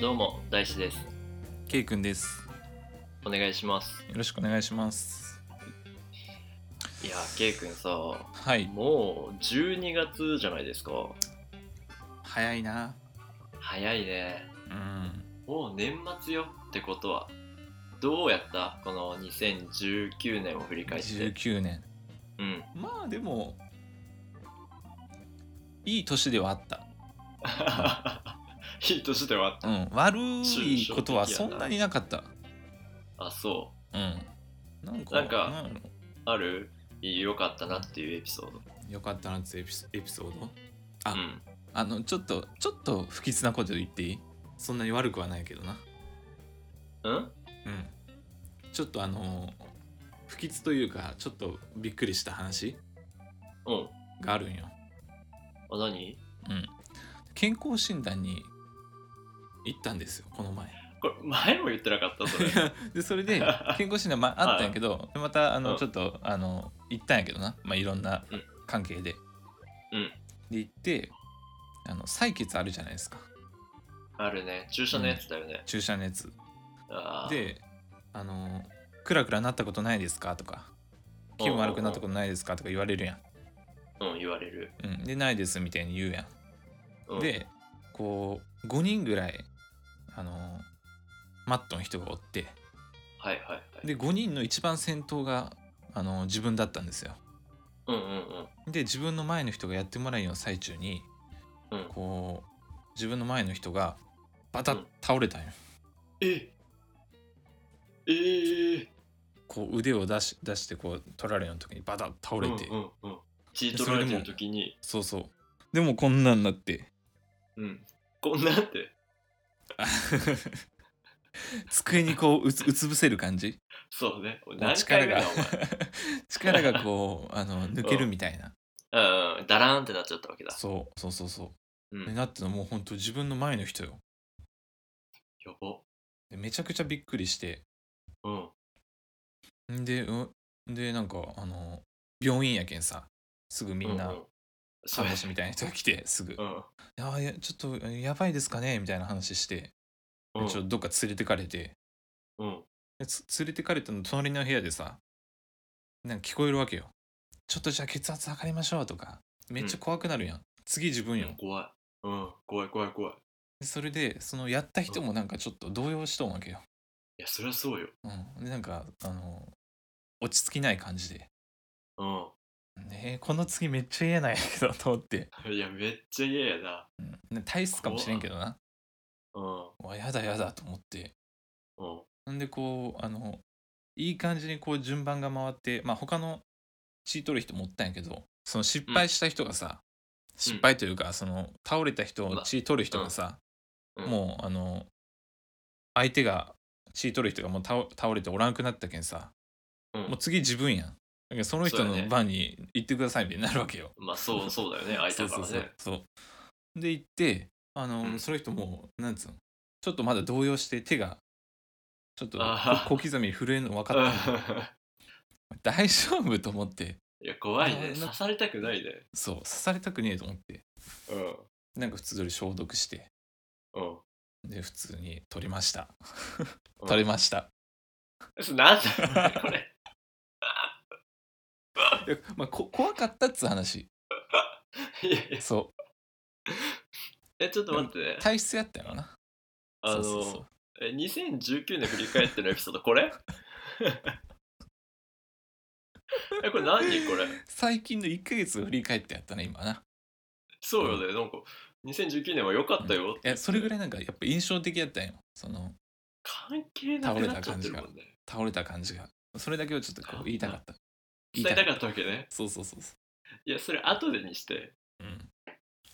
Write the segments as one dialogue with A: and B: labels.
A: どうも大志です。
B: ケイくんです。
A: お願いします。
B: よろしくお願いします。
A: いやー、ケイ君さ、
B: はい。
A: もう12月じゃないですか。
B: 早いな。
A: 早いね。
B: うん。
A: もう年末よってことは。どうやったこの2019年を振り返って。
B: 19年。
A: うん。
B: まあでも、いい年ではあった。
A: いい年ではあっ
B: うん。悪いことはそんなになかった。
A: た。あ、そ
B: うん。なんか、
A: なんか
B: やろ
A: う。ある良かったなっていうエピソード。
B: よかったなってエピソエピソードあ
A: うん。
B: あの、ちょっと、ちょっと不吉なこと言っていいそんなに悪くはないけどな。
A: うん
B: うん。ちょっとあのー不吉というか、ちょっとびっくりした話
A: うん。
B: があるんよ。
A: あ、何
B: うん、健康診断に行ったんですよこの前
A: これ前も言ってなかったそ れ。
B: でそれ で健康診断、まあ、あったんやけどまたあ
A: う
B: の
A: ん
B: ちょっとあの行ったんやけどな、まあ、いろんな
A: うん
B: 関係で、
A: うん
B: で行ってあの採血あるじゃないですか
A: あるね。注射のやつだよね。
B: 注射のやつ
A: あー、
B: であの「クラクラなったことないですか?」とか「気分悪くなったことないですか?」とか言われるや
A: うん、言われる。
B: ん、うん、で「ないです」みたいに言うやん
A: うん、
B: でこう5人ぐらいあのマットの人がおって
A: はいはいはい。
B: で5人の一番先頭があの自分だったんですよ
A: うんうんうん。
B: で自分の前の人がやってもらえんの最中に、
A: うん
B: こう自分の前の人がバタ
A: う
B: ッ
A: ん
B: 倒れたんよ、
A: えええ
B: こう腕を出し出してこう取られるの時にバタッ倒れて、
A: うんうんうん、血取られてる時に、
B: そうそうでもこんなんなって
A: うん、こんなんて
B: 机にこううつうつ伏せる感じ
A: そうね
B: こう
A: 何
B: 力
A: 回目
B: が
A: だ
B: 力がこうあの抜けるみたいな、
A: お前、うん、ダラーンってなっちゃったわけだ、
B: そうそうそうそううで
A: ん、や
B: なってのもうほんと自分の前の人よ
A: ば
B: でめちゃくちゃびっくりして
A: うん
B: で、うん、で、なんか、あの、病院やけんさ、すぐみん
A: う
B: な、
A: うそう
B: 看
A: や
B: 護師みたいな人が来て、すぐ、
A: う
B: あ
A: ん
B: あいやちょっと、やばいですかねみたいな話して、
A: うん
B: ちょっとどっか連れてかれて、
A: うん
B: でつ連れてかれたの隣の部屋でさ、なんか聞こえるわけよ。ちょっとじゃあ血圧測りましょうとか、めっちゃ怖くなるやん。次自分よ。
A: 怖いうん怖い怖い怖いい
B: でそれで、そのやった人もなんかちょっと動揺しとんわけよ。
A: やそりゃそうよ
B: うん。で、なんか、あの、落ち着きない感じで。
A: う
B: ねえこの次めっちゃ嫌なんやけど、と思って。
A: んいやめっちゃ嫌やな
B: うんね、体質かもしれんけどな。
A: うん
B: うわやだやだと思って。
A: うん
B: なんでこう、あの、いい感じにこう順番が回って、まあ他の血取る人もおったんやけど、その失敗した人がさ、失敗というか、その倒れた人
A: ま
B: を
A: あ
B: 血取る人がさ、
A: うん
B: もうあの、相手が血取る人がもう倒倒れておらんくなったけんさ、
A: うん
B: もう次自分やん。だけどその人
A: そうやね
B: の番に行ってくださいみたいになるわけよ。
A: まあそうそうだよね空い
B: そ
A: た
B: う
A: か
B: そう
A: ら
B: そう
A: ね
B: そうで行ってあの、
A: うん
B: その人もうなんつうのちょっとまだ動揺して手がちょっと
A: あはは
B: 小小刻みに震えるの分
A: うん
B: かったの大丈夫と思って
A: いや怖い
B: あ
A: ね
B: の
A: 刺されたくないね
B: そう刺されたくねえと思って
A: うん
B: なんか普通に消毒して
A: うん
B: で普通に取りました
A: うん
B: 取れました、
A: なんだこれ
B: いやまあ、こ怖かったっつう話
A: いやいや
B: そ
A: えちょっと待ってね
B: う体質やったよな
A: あ
B: そうそうそ
A: の
B: う
A: え2019年振り返ってのエピソードこれ えこれ何これ
B: 最近の1ヶ月を振り返ってやったね今はな
A: そうよねなんか2019年は良かったよ
B: いやそれぐ
A: らい
B: らいなんかやっぱ印象的やったんよその
A: 関係なくなっちゃってるもんね
B: 倒れた感じがそれだけをちょっとこう言いたかった
A: 伝えたかったわけね
B: そうそうそうそ
A: いやそれ後でにして
B: う、うん、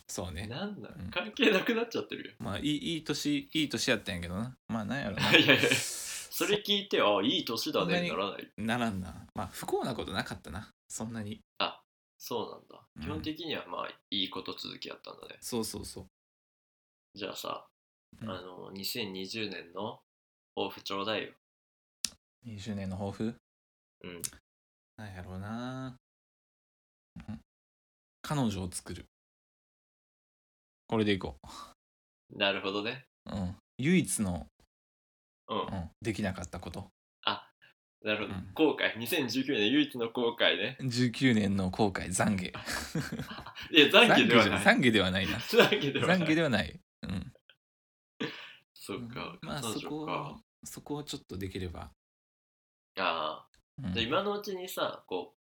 B: そうね
A: なんな
B: うん
A: ん関係なくなっちゃってるよ
B: まあいいいい年いい年やったんやけどなまあなんやろない
A: やいやいやそれ聞いてあいい年だねにならない
B: ならんなまあ不幸なことなかったなそんなに
A: そうなんだ、
B: うん
A: 基本的にはまあいいこと続きやったんだね
B: そうそうそう
A: じゃあさ、
B: うん
A: あの2020年の抱負ちょうだいよ
B: 20年の抱負
A: うん
B: なんやろうなうん彼女を作るこれでいこ
A: なるほどね
B: ううん唯一の、
A: うん
B: うん、できなかったこと
A: なるほど、
B: うん
A: 後悔2019年唯一の後悔ね
B: 19年の後悔懺悔
A: いや懺悔では
B: じゃ
A: ない
B: 懺悔ではないな
A: 懺悔ではない
B: 懺悔ではない、うん、
A: そうか、
B: まあ
A: 彼女
B: そこ
A: か
B: をそこをちょっとできれば、
A: あ
B: うん
A: あじゃあ今のうちにさこ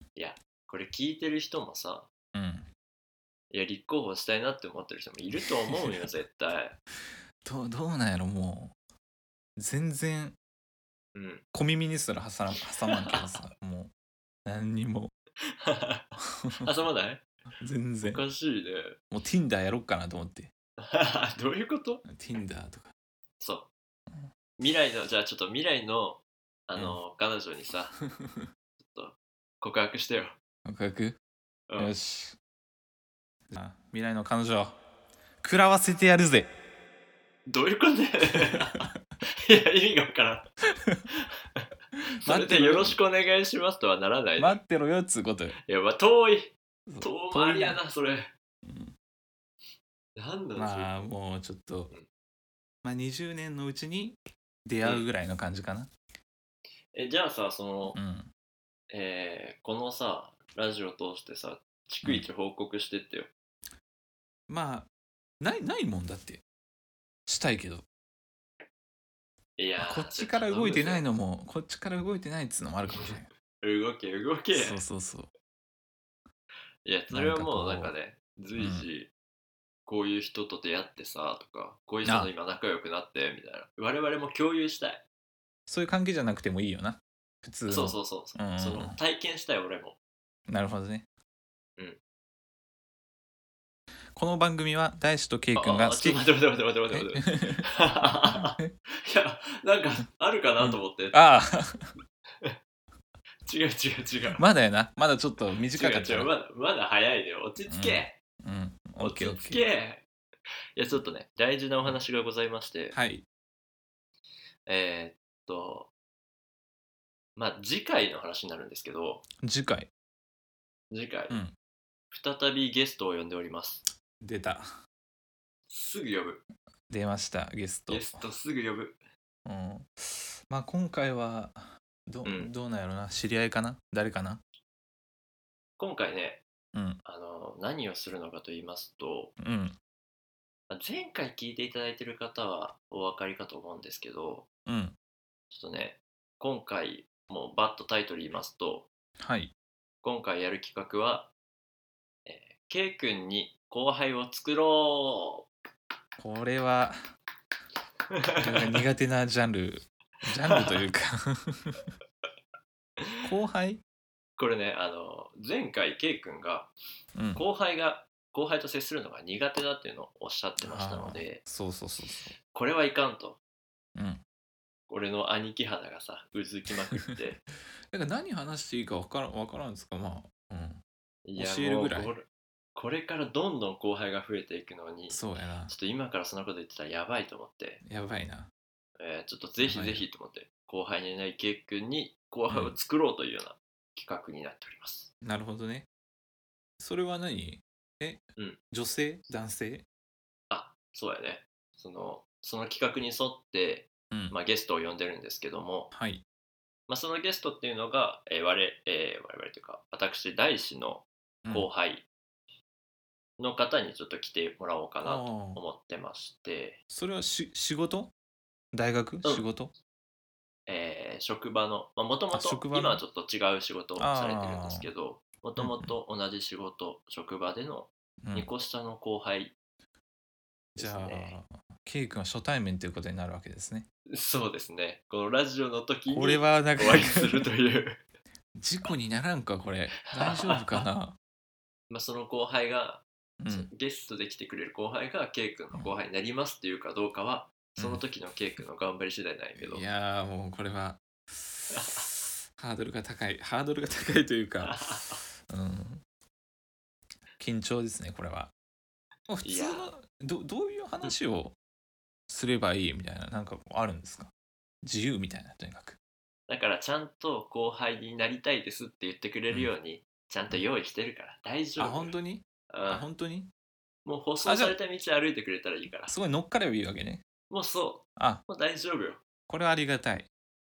A: ういやこれ聞いてる人もさ
B: うん、
A: いや立候補したいなって思ってる人もいると思 うよ絶対
B: どうどうなんやろもう全然
A: うん
B: 小耳にすら挟らん挟まんけどさもう何に も
A: あそうまない
B: 全
A: お
B: 然
A: かしいね
B: もう Tinder やろっかなと思って
A: どういうこと
B: Tinder とか
A: そう
B: うん
A: 未来のじゃあちょっと未来のあの、彼女に さちょっと告白してよ、
B: 告白、
A: うん
B: よしじゃあ未来の彼女食らわせてやるぜ
A: どういうことだ よいや意味がわからんそれでよろしくお願いしますとはならない、
B: 待ってろよっつうことよ
A: いやまあ遠い
B: そ
A: 遠
B: う
A: 回りやなそれ
B: うん
A: なんだろうそれ
B: まあもうちょっと、まあ、20年のうちに出会うぐらいの感じかな
A: えじゃあさその、
B: うん
A: えーこのさラジオ通してさ逐一報告してってよ、
B: まあないないもんだってしたいけど
A: いや
B: まあ
A: ー
B: こっちから動いてない
A: の
B: のもこっちから動いてないっつうのもあるかもしれない
A: 動け動け
B: そうそうそう
A: いやそれはもうな
B: な
A: んん
B: か
A: か
B: こ
A: ね随時こういう人と出会ってさとかこういう人と今仲良くなってみたいな我々も共有したい
B: そういう関係じゃなくてもいいよな普通の
A: そうそうそう、
B: うん
A: その体験したい俺も
B: なるほどね
A: うん
B: この番組は大志と圭君
A: あ
B: が
A: あ
B: 好
A: ち
B: き
A: ょっと待って待って待って待 って待って待って
B: え
A: いやなんかあるかなと思って、
B: ああ
A: 違う違う違う、
B: まだやなまだちょっと短か
A: 違
B: っ
A: う
B: た
A: 違う
B: よ
A: まだまだ早いでよ落ち着け、
B: うんオッ
A: 落
B: ケーオ
A: ち
B: ッ
A: 着
B: ケー
A: けいやちょっとね大事なお話がございまして、
B: はい
A: えー、っとまあ次回の話になるんですけど
B: 次回
A: 次回、
B: うん
A: 再びゲストを呼んでおります
B: 出た
A: すぐ呼ぶ
B: 出ましたゲスト
A: ゲストすぐ呼ぶ
B: うん、まあ今回はど,、
A: う
B: うんどうなんやろな知り合いかな誰かな
A: 今回ね
B: うん
A: あの何をするのかと言いますと
B: うん
A: まあ前回聞いていただいてる方はお分かりかと思うんですけど
B: うん
A: ちょっとね今回もうバッとタイトル言いますと
B: はい
A: 今回やる企画は、えー、K 君に後輩を作ろ
B: これは
A: う
B: なんか苦手なジャンルジャンルと いうか後輩
A: これねあの前回 K 君が
B: うん
A: 後輩が後輩と接するのが苦手だっていうのをおっしゃってましたので
B: そうそうそうそ
A: これはいかんと
B: ううん
A: 俺の兄貴肌がさうずきまくって
B: だから何話していいか分からん分からんですかまあう
A: いや
B: 教えるぐらい
A: もうこれこれからどんどん後輩が増えていくのに
B: ん
A: ちょ
B: そうやな
A: っと今からそんなこと言ってたらやばいと思って、
B: やばいな
A: えーちょっとぜひぜひと思って後輩にいない K 君に後輩を作ろうというような企画になっております、
B: なるほどねそれは何え、
A: うん
B: 女性男性
A: あそうやねそのその企画に沿って、
B: うん、
A: まあ、ゲストを呼んでるんですけども、
B: はい
A: まあ、そのゲストっていうのが、えー我えー我々というか私大志の
B: うん
A: 後輩の方にちょっと来てもらおうかなと
B: ああ
A: 思ってまして、
B: それはし仕事大学
A: うん
B: 仕事
A: えー職場のもとも
B: あ
A: と
B: 職場の
A: 今はちょっと違う仕事をされてるんですけどもともと同じ仕事職場での
B: うん
A: 2個下の後輩で
B: じ
A: す
B: ゃ
A: ね、
B: あ、ケイ君は初対面ということになるわけですね。
A: そうですねこのラジオの時に
B: これ
A: お
B: はなんか
A: 会いするという
B: 事故にならんかこれ大丈夫 かな、
A: まあその後輩が
B: う
A: そ
B: ん、
A: ゲストで来てくれる後輩が K 君の後輩になりますっていうかどうかは、
B: うん
A: その時の K 君の頑張り次第なんやけど、
B: いやーもうこれはハードルが高いハードルが高いとい うか、うん、緊張ですねこれは。もう普
A: い
B: 通
A: や
B: のどどういう話をすればいいみたいななんかあるんですか自由みたいなとにかく。
A: だからちゃんと後輩になりたいですって言ってくれるように、ちゃんと用意してるから大丈
B: あ
A: 夫
B: 本当に
A: うん
B: あ本当に
A: もう舗装された道歩いてくれたらいいから
B: すごい乗っかればいいわけね。
A: もうそ
B: あ
A: う。もう大丈夫よ。
B: これはありがたい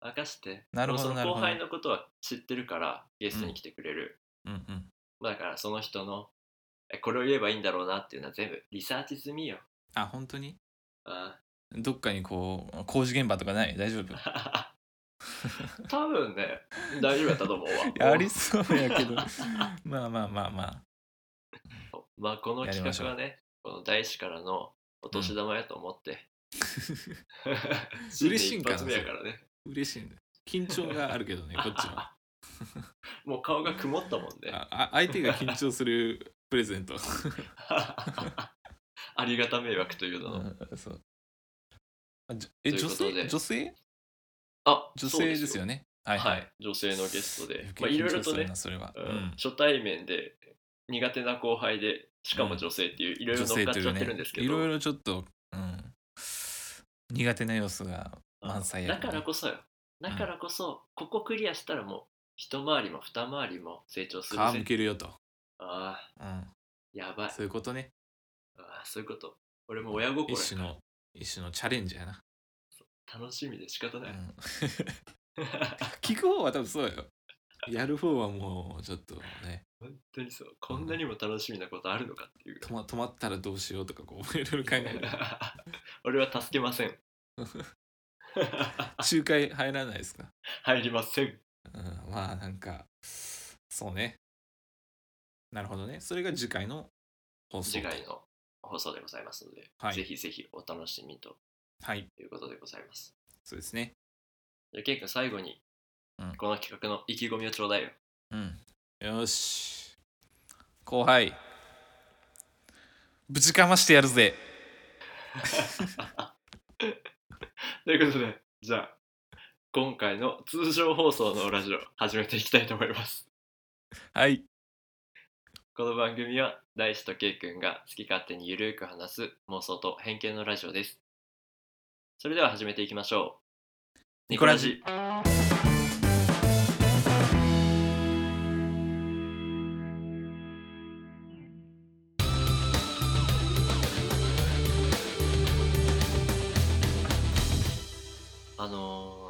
A: 任して。
B: なるほど
A: もう
B: な
A: そ
B: る
A: の後
B: ほど
A: 輩のことは知ってるから、ゲストに来てくれる。
B: うんうん
A: だからその人の、えこれを言えばいいんだろうなっていうのは全部リサーチ済みよ。
B: あ本当に
A: あ
B: どっかにこう工事現場とかない大 丈夫
A: 多分ね、大丈夫やったと思うわ。
B: やりそうやけどまあまあまあまあ
A: まあこの
B: やりま
A: 企
B: しょう
A: 画はね、この大師からのお年玉やと思って。
B: 嬉しいんかな
A: 新年一発目やからね。
B: 嬉しいんだ緊張がある けどねこっちは
A: もう顔が曇ったもん ね。
B: ああ相手が緊張するプレゼント
A: ありがた迷惑という
B: う
A: のの。
B: んそうあじえ
A: という
B: 女
A: ことで
B: 性女性
A: あ
B: 女性です
A: ね。
B: よねはい
A: は
B: はい
A: い、女性のゲストで
B: 余、計
A: まあ、いろい
B: 緊
A: ろ
B: 張す
A: と
B: る
A: ね
B: な、それは、う
A: うん
B: ん、
A: 初対面で苦手な後輩で、しかも女性っていう、いろいろ
B: 女
A: 乗っ
B: 性
A: かっ
B: とい
A: ちゃ
B: う
A: って
B: ね
A: るんですけど、
B: いろいろちょっと、うん、苦手な要素が満載や
A: だからこそよ。だからこそ、ここクリアしたらもう、一回りも二回りも成長する
B: 皮む
A: ぜ。
B: けるよと、
A: ああ、
B: うん、
A: やばい。
B: そういうことね
A: ああそういうこと。俺も親心や
B: 一種の一種のチャレンジやな、
A: 楽しみで仕方
B: う
A: ない。
B: ん、 聞く方は多分そうよやる方はもうちょっとね
A: 本当にそう。こんなにも楽しみなことあるのかっていう。
B: 止ま止まったらどうしようとかこういろいろ考える
A: 俺は助けま せん。
B: 仲介入らないですか、
A: 入りません。
B: うん、まあなんかそうねなるほどねそれが次回の放送
A: 次回の放送でございますので、
B: はい
A: ぜひぜひお楽しみと
B: はい
A: いうことでございます。
B: そうですね
A: じゃあ、ケン君最後に
B: うん、
A: この企画の意気込みをちょうだいよ。
B: うん。よし。後輩。ぶちかましてやるぜ。
A: ということで、じゃあ、今回の通常放送のラジオ、始めていきたいと思います。
B: はい。
A: この番組は、大志とケイ君が好き勝手にゆるーく話す妄想と偏見のラジオです。それでは始めていきましょう。
B: ニコラジ。
A: あのー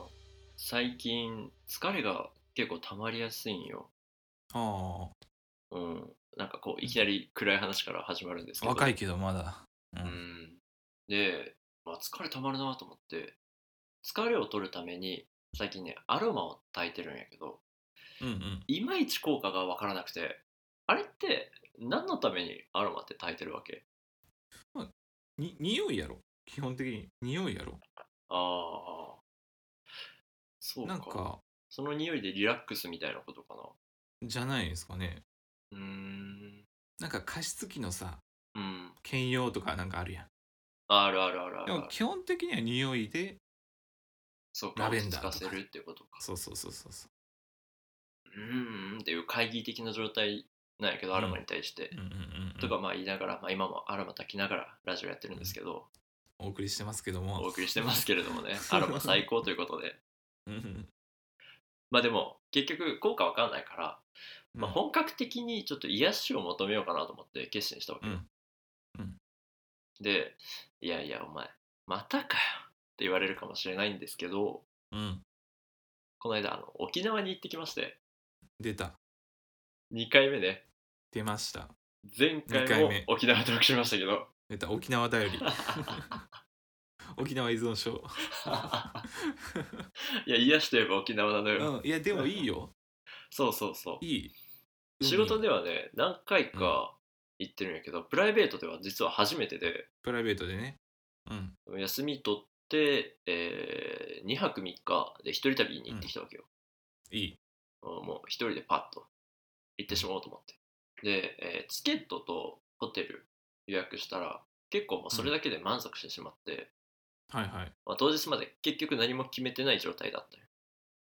A: 最近疲れが結構溜まりやすいんよ。
B: あ
A: うん。なんかこういきなり暗い話から始まるんですけ
B: あ。
A: ど。
B: 若いけどまだ。う。
A: うんん。で、まあ、疲れ溜まるなと思って、疲れを取るために最近ね、アロマを炊いてるんやけど、
B: うんうん。
A: いまいち効果がわからなくて、あれって何のためにアロマって炊いてるわけ
B: に、匂いやろ。基本的に。匂いやろ。
A: ああ。そうか
B: なんか、
A: その匂いでリラックスみたいなことか
B: じゃないですかね。
A: な。うーん。
B: なんか加湿器のさ、
A: うん。
B: 兼用とかなんかあるやん。
A: あるあるあるあ
B: で
A: るあ
B: も
A: る。
B: 基本的には匂いで、
A: そうか、
B: ラ
A: 落
B: ベ
A: ち
B: ンダ
A: 着
B: ーとか
A: かせるっていうことか。
B: そうそうそうそうそう
A: ーんっていう会議的な状態なんやけど、
B: うん
A: アロマに対して
B: う。。うんうんうん、うん。
A: とかまあ言いながら、まあ、今もアロマ炊きながらラジオやってるんですけど、
B: お送りしてますけども。
A: お送りしてますけれどもねアロマ最高ということで
B: うんうん。
A: まあでも結局効果わかんないから、まあ、本格的にちょっと癒しを求めようかなと思って決心したわけよ、
B: うんうん
A: でいやいやお前またかよって言われるかもしれないんですけど
B: うん。
A: この間あの沖縄に行ってきまして
B: 出た。
A: 2回目ね
B: 出ました。
A: 前
B: 二
A: 回
B: 回
A: も
B: 目
A: 沖縄トークしましたけど
B: 出た。沖 縄頼り。沖縄依存症。
A: いや癒しといえば沖縄なのよ、
B: うん、いやでもいいよ。
A: そうそうそう
B: いい。
A: 仕事で
B: で
A: はね何回か行ってるんやけど、プライベートでは実は初めてで
B: プライベートでね。うん。
A: 休み取って、え2泊3日で一人旅に行ってきたわけよ、
B: いい。
A: もう一人でパッと行ってしまおうと思ってで、えーチケットとホテル予約したら結構もうそれだけで満足してしまって、
B: はいはい。
A: まあ、当日まで結局何も決めてない状態だったよ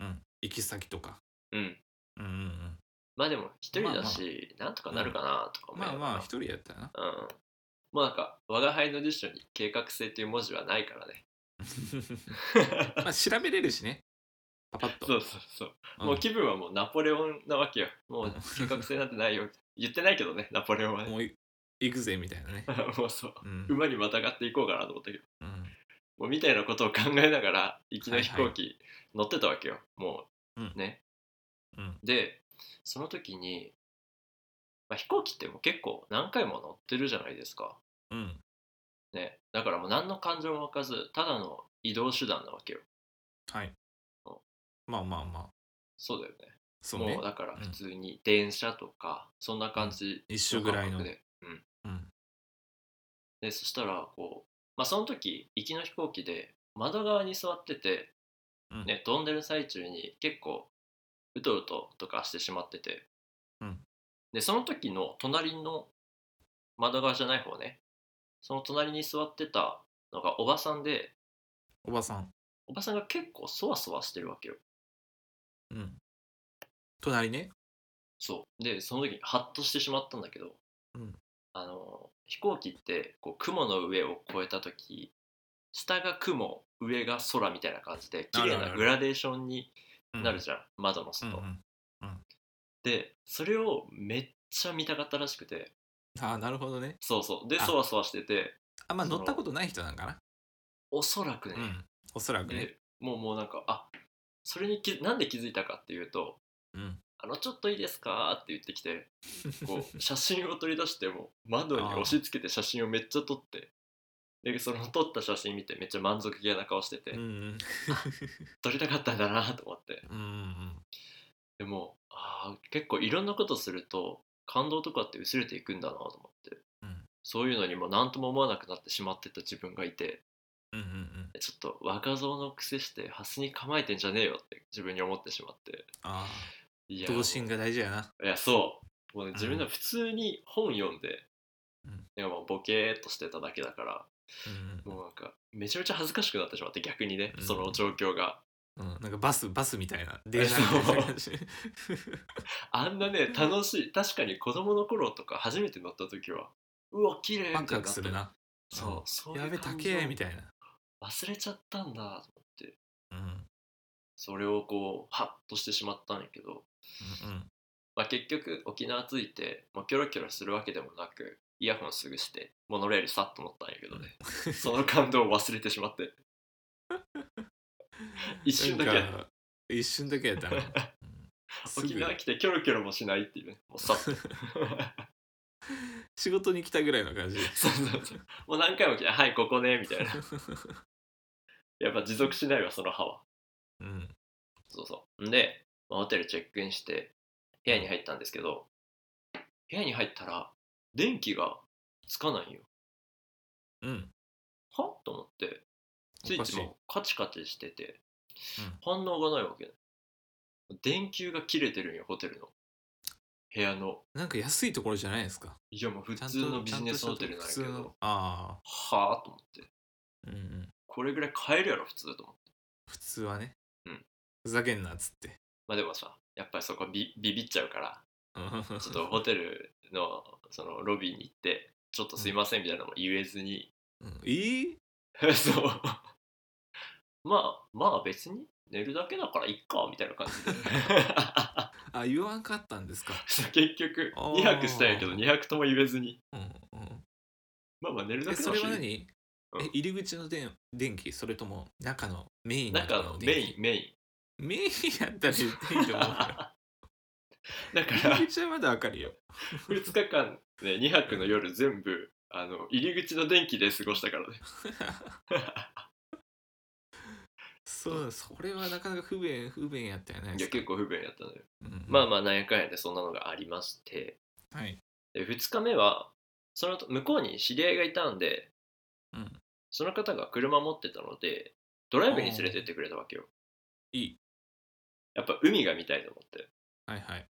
B: うん。行き先とか。
A: うん
B: うんうんうん。
A: まあでも一人だし、なんとかなるかなとか思い
B: ま
A: な
B: あ
A: がら
B: まあ、一人やったらな。
A: うんもうなんか我輩の辞書に計画性という文字はないから ね
B: まあ、調べれるしね。パパッと。
A: そうそうそう、
B: う ん
A: もう気分はもうナポレオンなわけよもう計画性なんてないよ言ってないけどねナポレオンはね
B: もうい行くぜみたいなね。
A: もうそう
B: うん。
A: 馬にまたがっていこうかなと思ったけど
B: うん
A: もうみたいなことを考えながら行きの飛行機乗ってたわけよ、も
B: うん
A: うね、
B: うん
A: でその時に、まあ、飛行機ってもう結構何回も乗ってるじゃないですか、
B: うん
A: ね、だからもう何の感情も湧かずただの移動手段なわけよ
B: はい
A: そ
B: まあまあまあ
A: そうだよね
B: そうね
A: もうだから普通に電車とか、そんな感じ
B: 一緒ぐらいの
A: 感覚で、うん、
B: うん
A: でそしたらこう、まあ、その時行きの飛行機で窓側に座ってて、
B: うん
A: ね、飛んでる最中に結構うとうととかしてしまってて、
B: うん
A: でその時の隣の窓側じゃない方ねその隣に座ってたのがおばさんで
B: おばさん
A: おばさんが結構そわそわしてるわけよ
B: うん隣ね
A: そうでその時にハッとしてしまったんだけど、
B: うん
A: あの飛行機ってこう雲の上を越えた時下が雲上が空みたいな感じで綺麗
B: あるあるあ
A: な
B: る
A: グラデーションに
B: うん
A: なるじゃん、窓の外、
B: うんうん
A: でそれをめっちゃ見たかったらしくて
B: ああなるほどね
A: そうそうで
B: あ
A: そわそわしてて
B: あんまあ
A: その
B: 乗ったことない人なんかな
A: おそらくね
B: う、んおそらくね
A: でもうもうなんかあそれにきなんで気づいたかっていうと
B: うん
A: 「あのちょっといいですか?」って言ってきてこう写真を取り出しても窓に押し付けて写真をめっちゃ撮ってでその撮った写真見てめっちゃ満足げな顔してて、
B: うんうん
A: 撮りたかったんだなと思って
B: うんうん
A: でもあー結構いろんなことすると感動とかって薄れていくんだなと思って、
B: うん
A: そういうのにも何とも思わなくなってしまってた自分がいて
B: うんうん
A: ちょっと若造の癖してハスに構えてんじゃねえよって自分に思ってしまって
B: あ
A: い
B: あ
A: や
B: 童心が大事やない
A: やそうもうね
B: ん
A: 自分は普通に本読んで、
B: うん
A: でもボケーっとしてただけだから
B: うん
A: もうなんかめちゃめちゃ恥ずかしくなってしまって逆にね、
B: うん
A: その状況が
B: うんうんなんかバスバスみたいな電車みたいな感じ
A: あんなね楽しい確かに子供の頃とか初めて乗った時はうわ綺麗みたい
B: ワ
A: に
B: ク
A: なっ
B: ワク
A: た
B: するな
A: そう、
B: うん
A: そうい
B: や
A: う
B: べ
A: 感
B: 高
A: 情
B: えみたいな
A: 忘れちゃったんだと思って
B: うん
A: それをこうハッとしてしまったんやけど、
B: うん
A: まあ、結局沖縄着いてもうキョロキョロするわけでもなくイヤホンすぐしてモノレールさっと乗ったんやけどねその感動を忘れてしまって 一瞬だけやった
B: なんか一瞬だけやっ たなうんすぐ
A: 沖縄来てキョロキョロもしないっていうねもうさっ と
B: 仕事に来たぐらいの感じ
A: そうそうそうもう何回も来て「はいここね」みたいなやっぱ持続しないわその歯は
B: うん
A: そうそうんで、まあ、ホテルチェックインして部屋に入ったんですけど部屋に入ったら電気がつかないんよ
B: うん
A: はと思ってスイッチもカチカチしてて
B: うん
A: 反応がないわけね電球が切れてるんよホテルの部屋の
B: なんか安いところじゃないですか
A: いやもう普
B: ちゃん
A: 通の
B: と
A: ビ
B: ちゃ
A: ジ
B: ん
A: ネ
B: と
A: ス
B: した
A: ホ
B: と
A: テルなんや
B: 普
A: け
B: 通
A: ど
B: のあ
A: はあと思って
B: あうんうん
A: これぐらい買えるやろ普通と思って
B: 普通はね
A: うん
B: ふざけんなっつって
A: まあでもさやっぱりそこビビビっちゃうから
B: うん
A: ちょっとホテルのそのロビーに行ってちょっとすいませんみたいなのも言えずに、
B: うんいい
A: そうまあまあ別に寝るだけだからいっかみたいな感じで
B: あ言わんかったんですか
A: そう結局
B: あー
A: 2泊したんやけど2泊とも言えずに
B: うんうん
A: まあまあ寝るだ
B: え
A: けだ
B: それは何、
A: うん
B: え入り口の電電気それとも中のメインのとこ
A: 中
B: ろ
A: の
B: の
A: メ
B: 電
A: イ
B: 気
A: ンメイ
B: メインやったら言っていい
A: ン
B: と思うよ
A: だから
B: 入 り口はまだわかるよ
A: 2日間ね2泊の夜全部あの入り口の電気で過ごしたからね
B: そうそれはなかなか不便不便やったよね
A: いや結構不便やったのよまあ
B: ま
A: まあなんやかんやでそんなのがありまして
B: あはい
A: で2日目はその向こうに知り合いがいたんで、
B: うん
A: その方が車持ってたのでドライブに連れてってくれたわけよ
B: いい
A: やっぱ海が見たいと思って
B: はいはい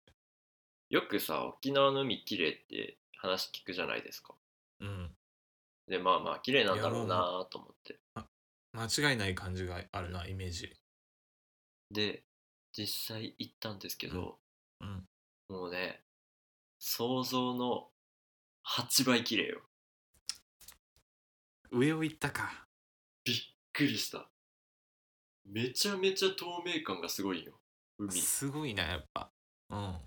A: よくさ沖縄の海綺麗って話聞くじゃないですか
B: うん
A: でまあまあ綺麗なんだろう
B: いや
A: なと思って
B: 間違いない感じがあるなイメージ
A: で実際行ったんですけど、
B: うん
A: もうね想像の8倍綺麗よ
B: 上を行ったか
A: びっくりしためちゃめちゃ透明感がすごいよ海
B: すごいなやっぱうん
A: も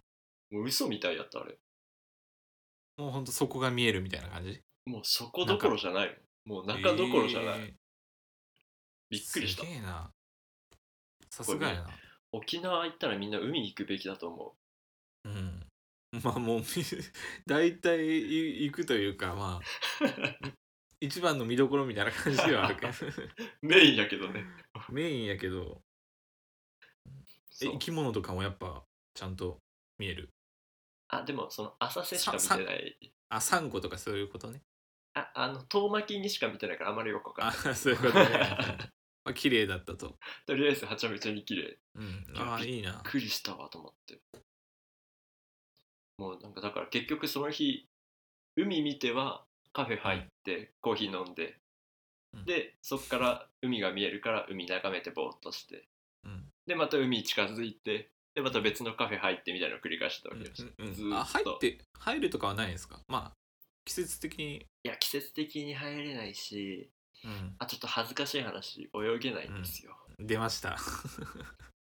A: う嘘みたいやったあれ
B: もうほんとそこが見えるみたいな感じ
A: もうそこどころじゃないもう中どころじゃない、
B: えー
A: びっくりした
B: すげえなさすがやな
A: 沖縄行ったらみんな海行くべきだと思
B: うんまあもう 大体い行くというかまあ 一番の見どころみたいな感じではあるけど
A: うメインやけどね
B: メインやけどえ
A: そう
B: 生き物とかもやっぱちゃんと見える
A: あでもその浅瀬しか見
B: さ
A: てない
B: あサンゴとかそういうことね
A: ああの遠巻きにしか見てないからあまりよくわかん
B: あ
A: ない
B: そういうこと ねまあ綺麗だったと、
A: とりあえずはちゃめちゃに綺麗びっ
B: うん、ああいいな
A: くりしたわと思ってもうなんかだから結局その日海見てはカフェ入ってコーヒー飲んで、
B: うん
A: でそっから海が見えるから海眺めてぼーっとして
B: うん
A: でまた海近づいてでまた別のカフェ入ってみたいなのを繰り返してたわけです、
B: うんうん
A: ずーっと
B: あ入って入るとかはないですかまあ季節的に、
A: いや季節的に入れないしあちょっと恥ずかしい話泳げないんですよ、
B: 出ました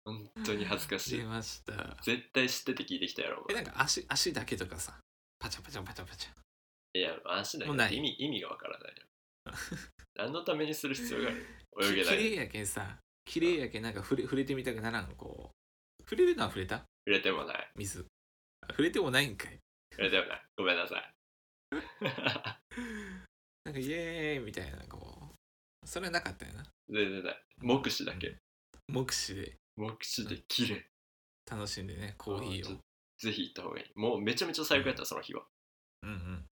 A: 本当に恥ずかし
B: 出
A: い
B: ました
A: 絶対知ってて聞いてきたやろお
B: え
A: 前
B: なんか足足だけとかさパチャパチャパチャパチャ
A: いや足だ
B: も
A: よ
B: うない
A: 意味意味がわからないよ 何のためにする必要がある泳げ
B: き
A: ない
B: 綺
A: 触
B: 麗やけんさ綺麗やけんなんか触れ触れてみたくならんこう触れるのは触れた
A: れてもない
B: 水あ触れてもないんかい
A: 触れてもない ごめんなさい
B: なんかイエーイみたいなこうそれはなかったよな
A: 全然ない目視だけ
B: 目視で
A: 目視で綺麗
B: 楽しんでねコー
A: あ
B: ヒー
A: ちょ
B: を
A: っとぜひ行った方がいいもうめちゃめちゃ最高やったその日は
B: うんうん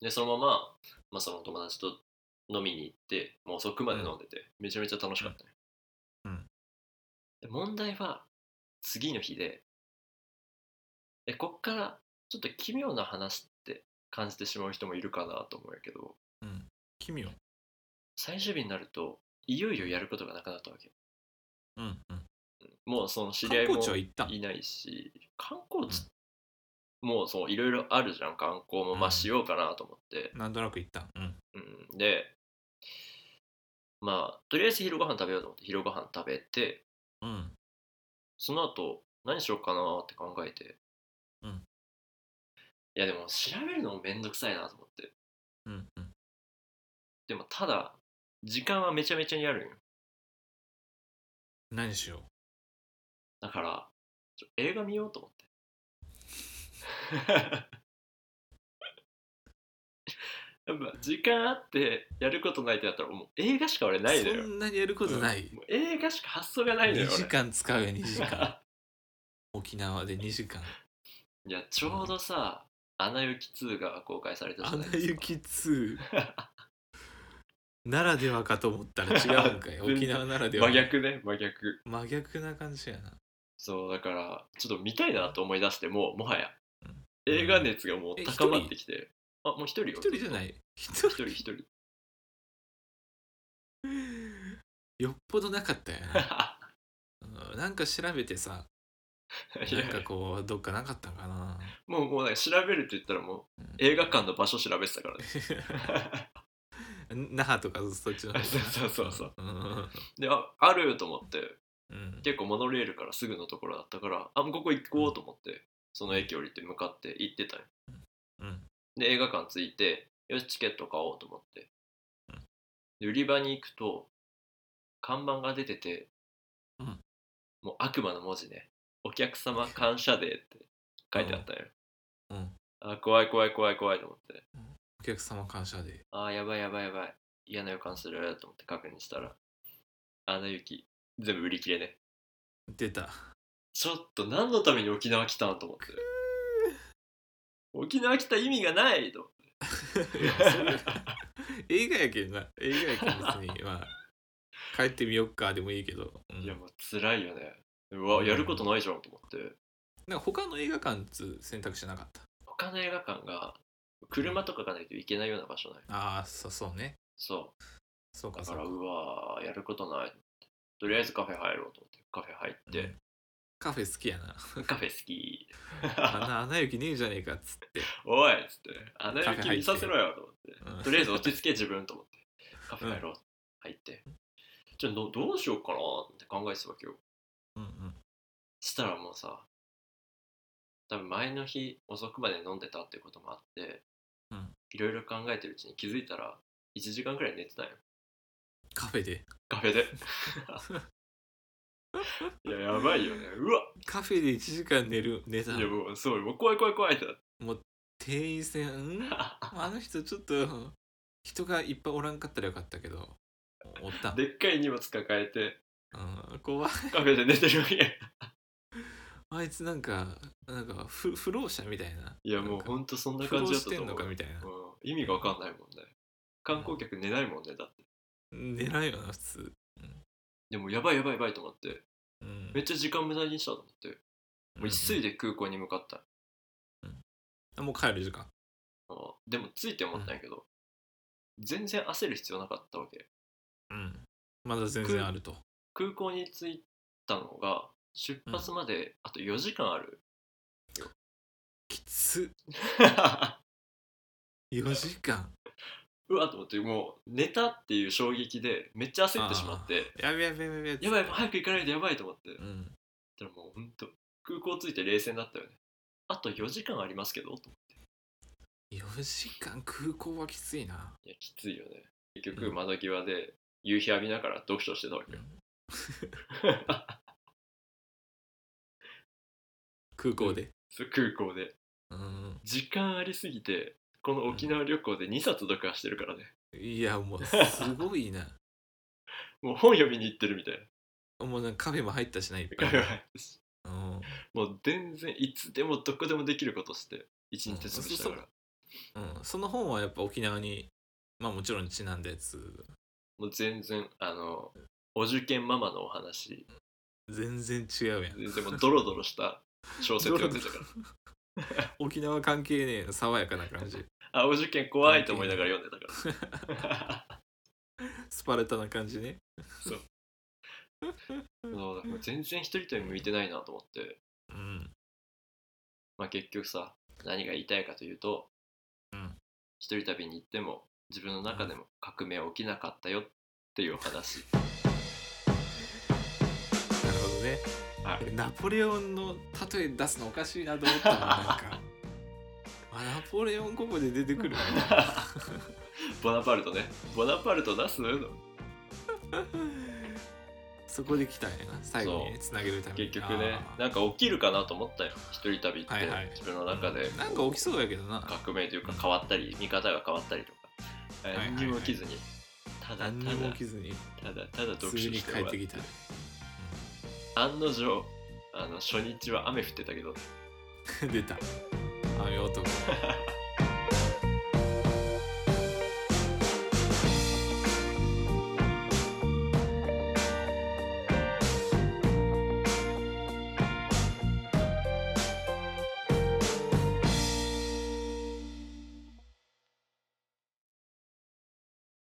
A: でそのまま、まあ、その友達と飲みに行ってもう遅くまで飲んでて、めちゃめちゃ楽しかったね、
B: うん
A: で問題は次の日ででこっからちょっと奇妙な話って感じてしまう人もいるかなと思うんやけど
B: うん奇妙
A: 最終日になるといよいよやることがなくなったわけ
B: うんうん
A: もうその知り合
B: 観
A: いも
B: 光地は行ったん
A: いないし観光地、もうそういろいろあるじゃん観光もまあしようかなと思って、
B: なんとなく行ったんうん
A: うん、でまあとりあえず昼ご飯食べようと思って昼ご飯食べて
B: うん
A: その後何しようかなって考えて、
B: うん
A: いやでも調べるのもめんどくさいなと思って
B: うんうん
A: でもただ時間はめちゃめちゃにあるんよ
B: 何しよう
A: だからちょ映画見ようと思って やっぱ時間あってやることないってなったらもう映画しか俺ないのよ
B: そんなにやることない、
A: もう映画しか発想がないのよ
B: 2
A: 俺
B: 時間使うよ2時 間沖縄で2時間
A: いやちょうどさ「アナ雪2」が公開されたじゃ
B: 穴
A: ないですか
B: 雪2 ならではかと思ったら違うんかい
A: 全然
B: 沖縄ならでは
A: 真逆ね真逆
B: 真逆な感じやな
A: そうだからちょっと見たいなと思い出してもうもはや
B: うん
A: 映画熱がもう
B: え
A: 高まってきてあもう一人よ
B: 一人じゃない一
A: 一
B: 人
A: 人 一人
B: よっぽどなかったよ
A: い
B: なうんなんか調べてさな
A: や
B: んかこうどっかなかったんかな
A: もうもうなんか調べるって言ったらもう
B: うん
A: 映画館の場所調べてたからね
B: 那覇とかそっちの方かな
A: そうそうそう
B: うんうん
A: でああると思って
B: うん
A: 結構モノレールからすぐのところだったからあもうここ行こうと思ってその駅降りて向かって行ってたよ
B: うん
A: で映画館着いてよしチケット買おうと思って
B: うん
A: で売り場に行くと看板が出てて、
B: うん
A: もう悪魔の文字ね「お客様感謝デー」って書いてあったよ、
B: うん
A: あ怖い怖い怖い怖いと思って
B: お客様感謝で
A: あーやばいやばいやばい嫌な予感すると思って確認したらあの雪全部売り切れね
B: 出た
A: ちょっと何のために沖縄来たんと思って沖縄来た意味がないと
B: いやそれ映画やけんな映画やけん別にまあ帰ってみよっかでもいいけど、うん
A: いやもう辛いよねうわやることないじゃんと思って
B: なんか他の映画館っつ選択肢なかった
A: 他の映画館が車とかがないと行けないような場所ない
B: ああそうそうね
A: そ
B: そう
A: う
B: か
A: だ
B: そ
A: から
B: うか
A: うわやることないとりあえずカフェ入ろうと思ってカフェ入って、
B: カフェ好きやな
A: カフェ好き
B: あんな穴行きねえじゃねえかっつって、
A: おいっつって穴
B: カフ
A: 行
B: ェ入って
A: き見させろよと思って
B: うん
A: とりあえず落ち着け自分と思ってカフェ入ろう入ってじゃあどどうしようかなって考えてたわけよ
B: うんうん
A: したらもうさ多分前の日遅くまで飲んでたってこともあって
B: うん
A: いろいろ考えてるうちに気づいたら1時間くらい寝てたんよ
B: カフェで
A: カ フェでいややばいよねうわ
B: カフェで1時間寝る寝た
A: いやもうそうもう怖い怖い怖いってなって
B: 店員さんん あの人ちょっと人がいっぱいおらんかったらよかったけどおった、
A: でっかい荷物抱えて
B: うん、怖い
A: カフェで寝てるわけ
B: あいつなんかなんか不不老者みたいないい
A: やもうほ
B: ん
A: んとそんな
B: 不
A: 感
B: 老
A: じだっ
B: したて
A: と
B: ん
A: 思
B: のか
A: う、
B: みたいな
A: うん、意味がわかんないもんね観光客寝ないもんねだって
B: 寝ないよな普通、
A: でもやばいやばいやばいと思って
B: うん
A: めっちゃ時間無駄にしたと思ってもう急いで空港に向かった、
B: あもう帰る時間
A: あのでもついて思ったんやけど、全然焦る必要なかったわけ
B: うんまだ全然あると
A: 空港に着いたのが出発まであと4時間あ る、
B: きつ4時間
A: うわと思ってもう寝たっていう衝撃でめっちゃ焦ってしまって
B: やべやべやべやべ
A: やばい早く行かないとやばいと思って、
B: うん
A: でももうほんと空港着いて冷静になったよねあと4時間ありますけどと思って
B: 4時間空港はきついない
A: やきついよね結局窓際で夕日浴びながら読書してたわけよ、
B: 空港で
A: そう空港で
B: うん
A: 時間ありすぎてこの沖縄旅行で2冊読破してるからね
B: いやもうすごいな
A: もう本読みに行ってるみたいな
B: もうなんかカフェも入ったしないっぱい
A: やばいです
B: うん
A: もう全然いつでもどこでもできることして一日潰したから、
B: うんうん、その本はやっぱ沖縄にまあもちろんちなんだやつ
A: もう全然あのお受験ママのお話
B: 全然違うやん
A: 全然もうドロドロした小説読んでたから
B: 沖縄関係ねえの爽やかな感じ
A: あお受験怖いと思いながら読んでたから
B: スパルタな感じね
A: そうだから全然一人旅向いてないなと思って、
B: うん
A: まあ、結局さ何が言いたいかというと、
B: うん
A: 一人旅に行っても自分の中でも革命は起きなかったよっていうお話
B: なるほどね、
A: は
B: ナポレオンの例え出すのおかしいなと思ったのなんかあナポレオンここで出てくる
A: ボナパルトねボナパルト出す
B: そこで来たんやな最後にねつなげるために
A: 結局ね
B: あ
A: なんか起きるかなと思ったよ一人旅って、
B: はいはい
A: 自分の
B: ー
A: 中で
B: なんか起きそうやけどな
A: 革命というか変わったり見方が変わったりとか
B: いはいはい
A: 何にも起きずにただ
B: 何
A: た
B: にも起
A: だ
B: きずに
A: ただただ
B: 普
A: 読書
B: 通に
A: して
B: 帰
A: 終わ
B: っ
A: ってて
B: きた
A: 案の定 あの初日は雨降ってたけど
B: 出た雨男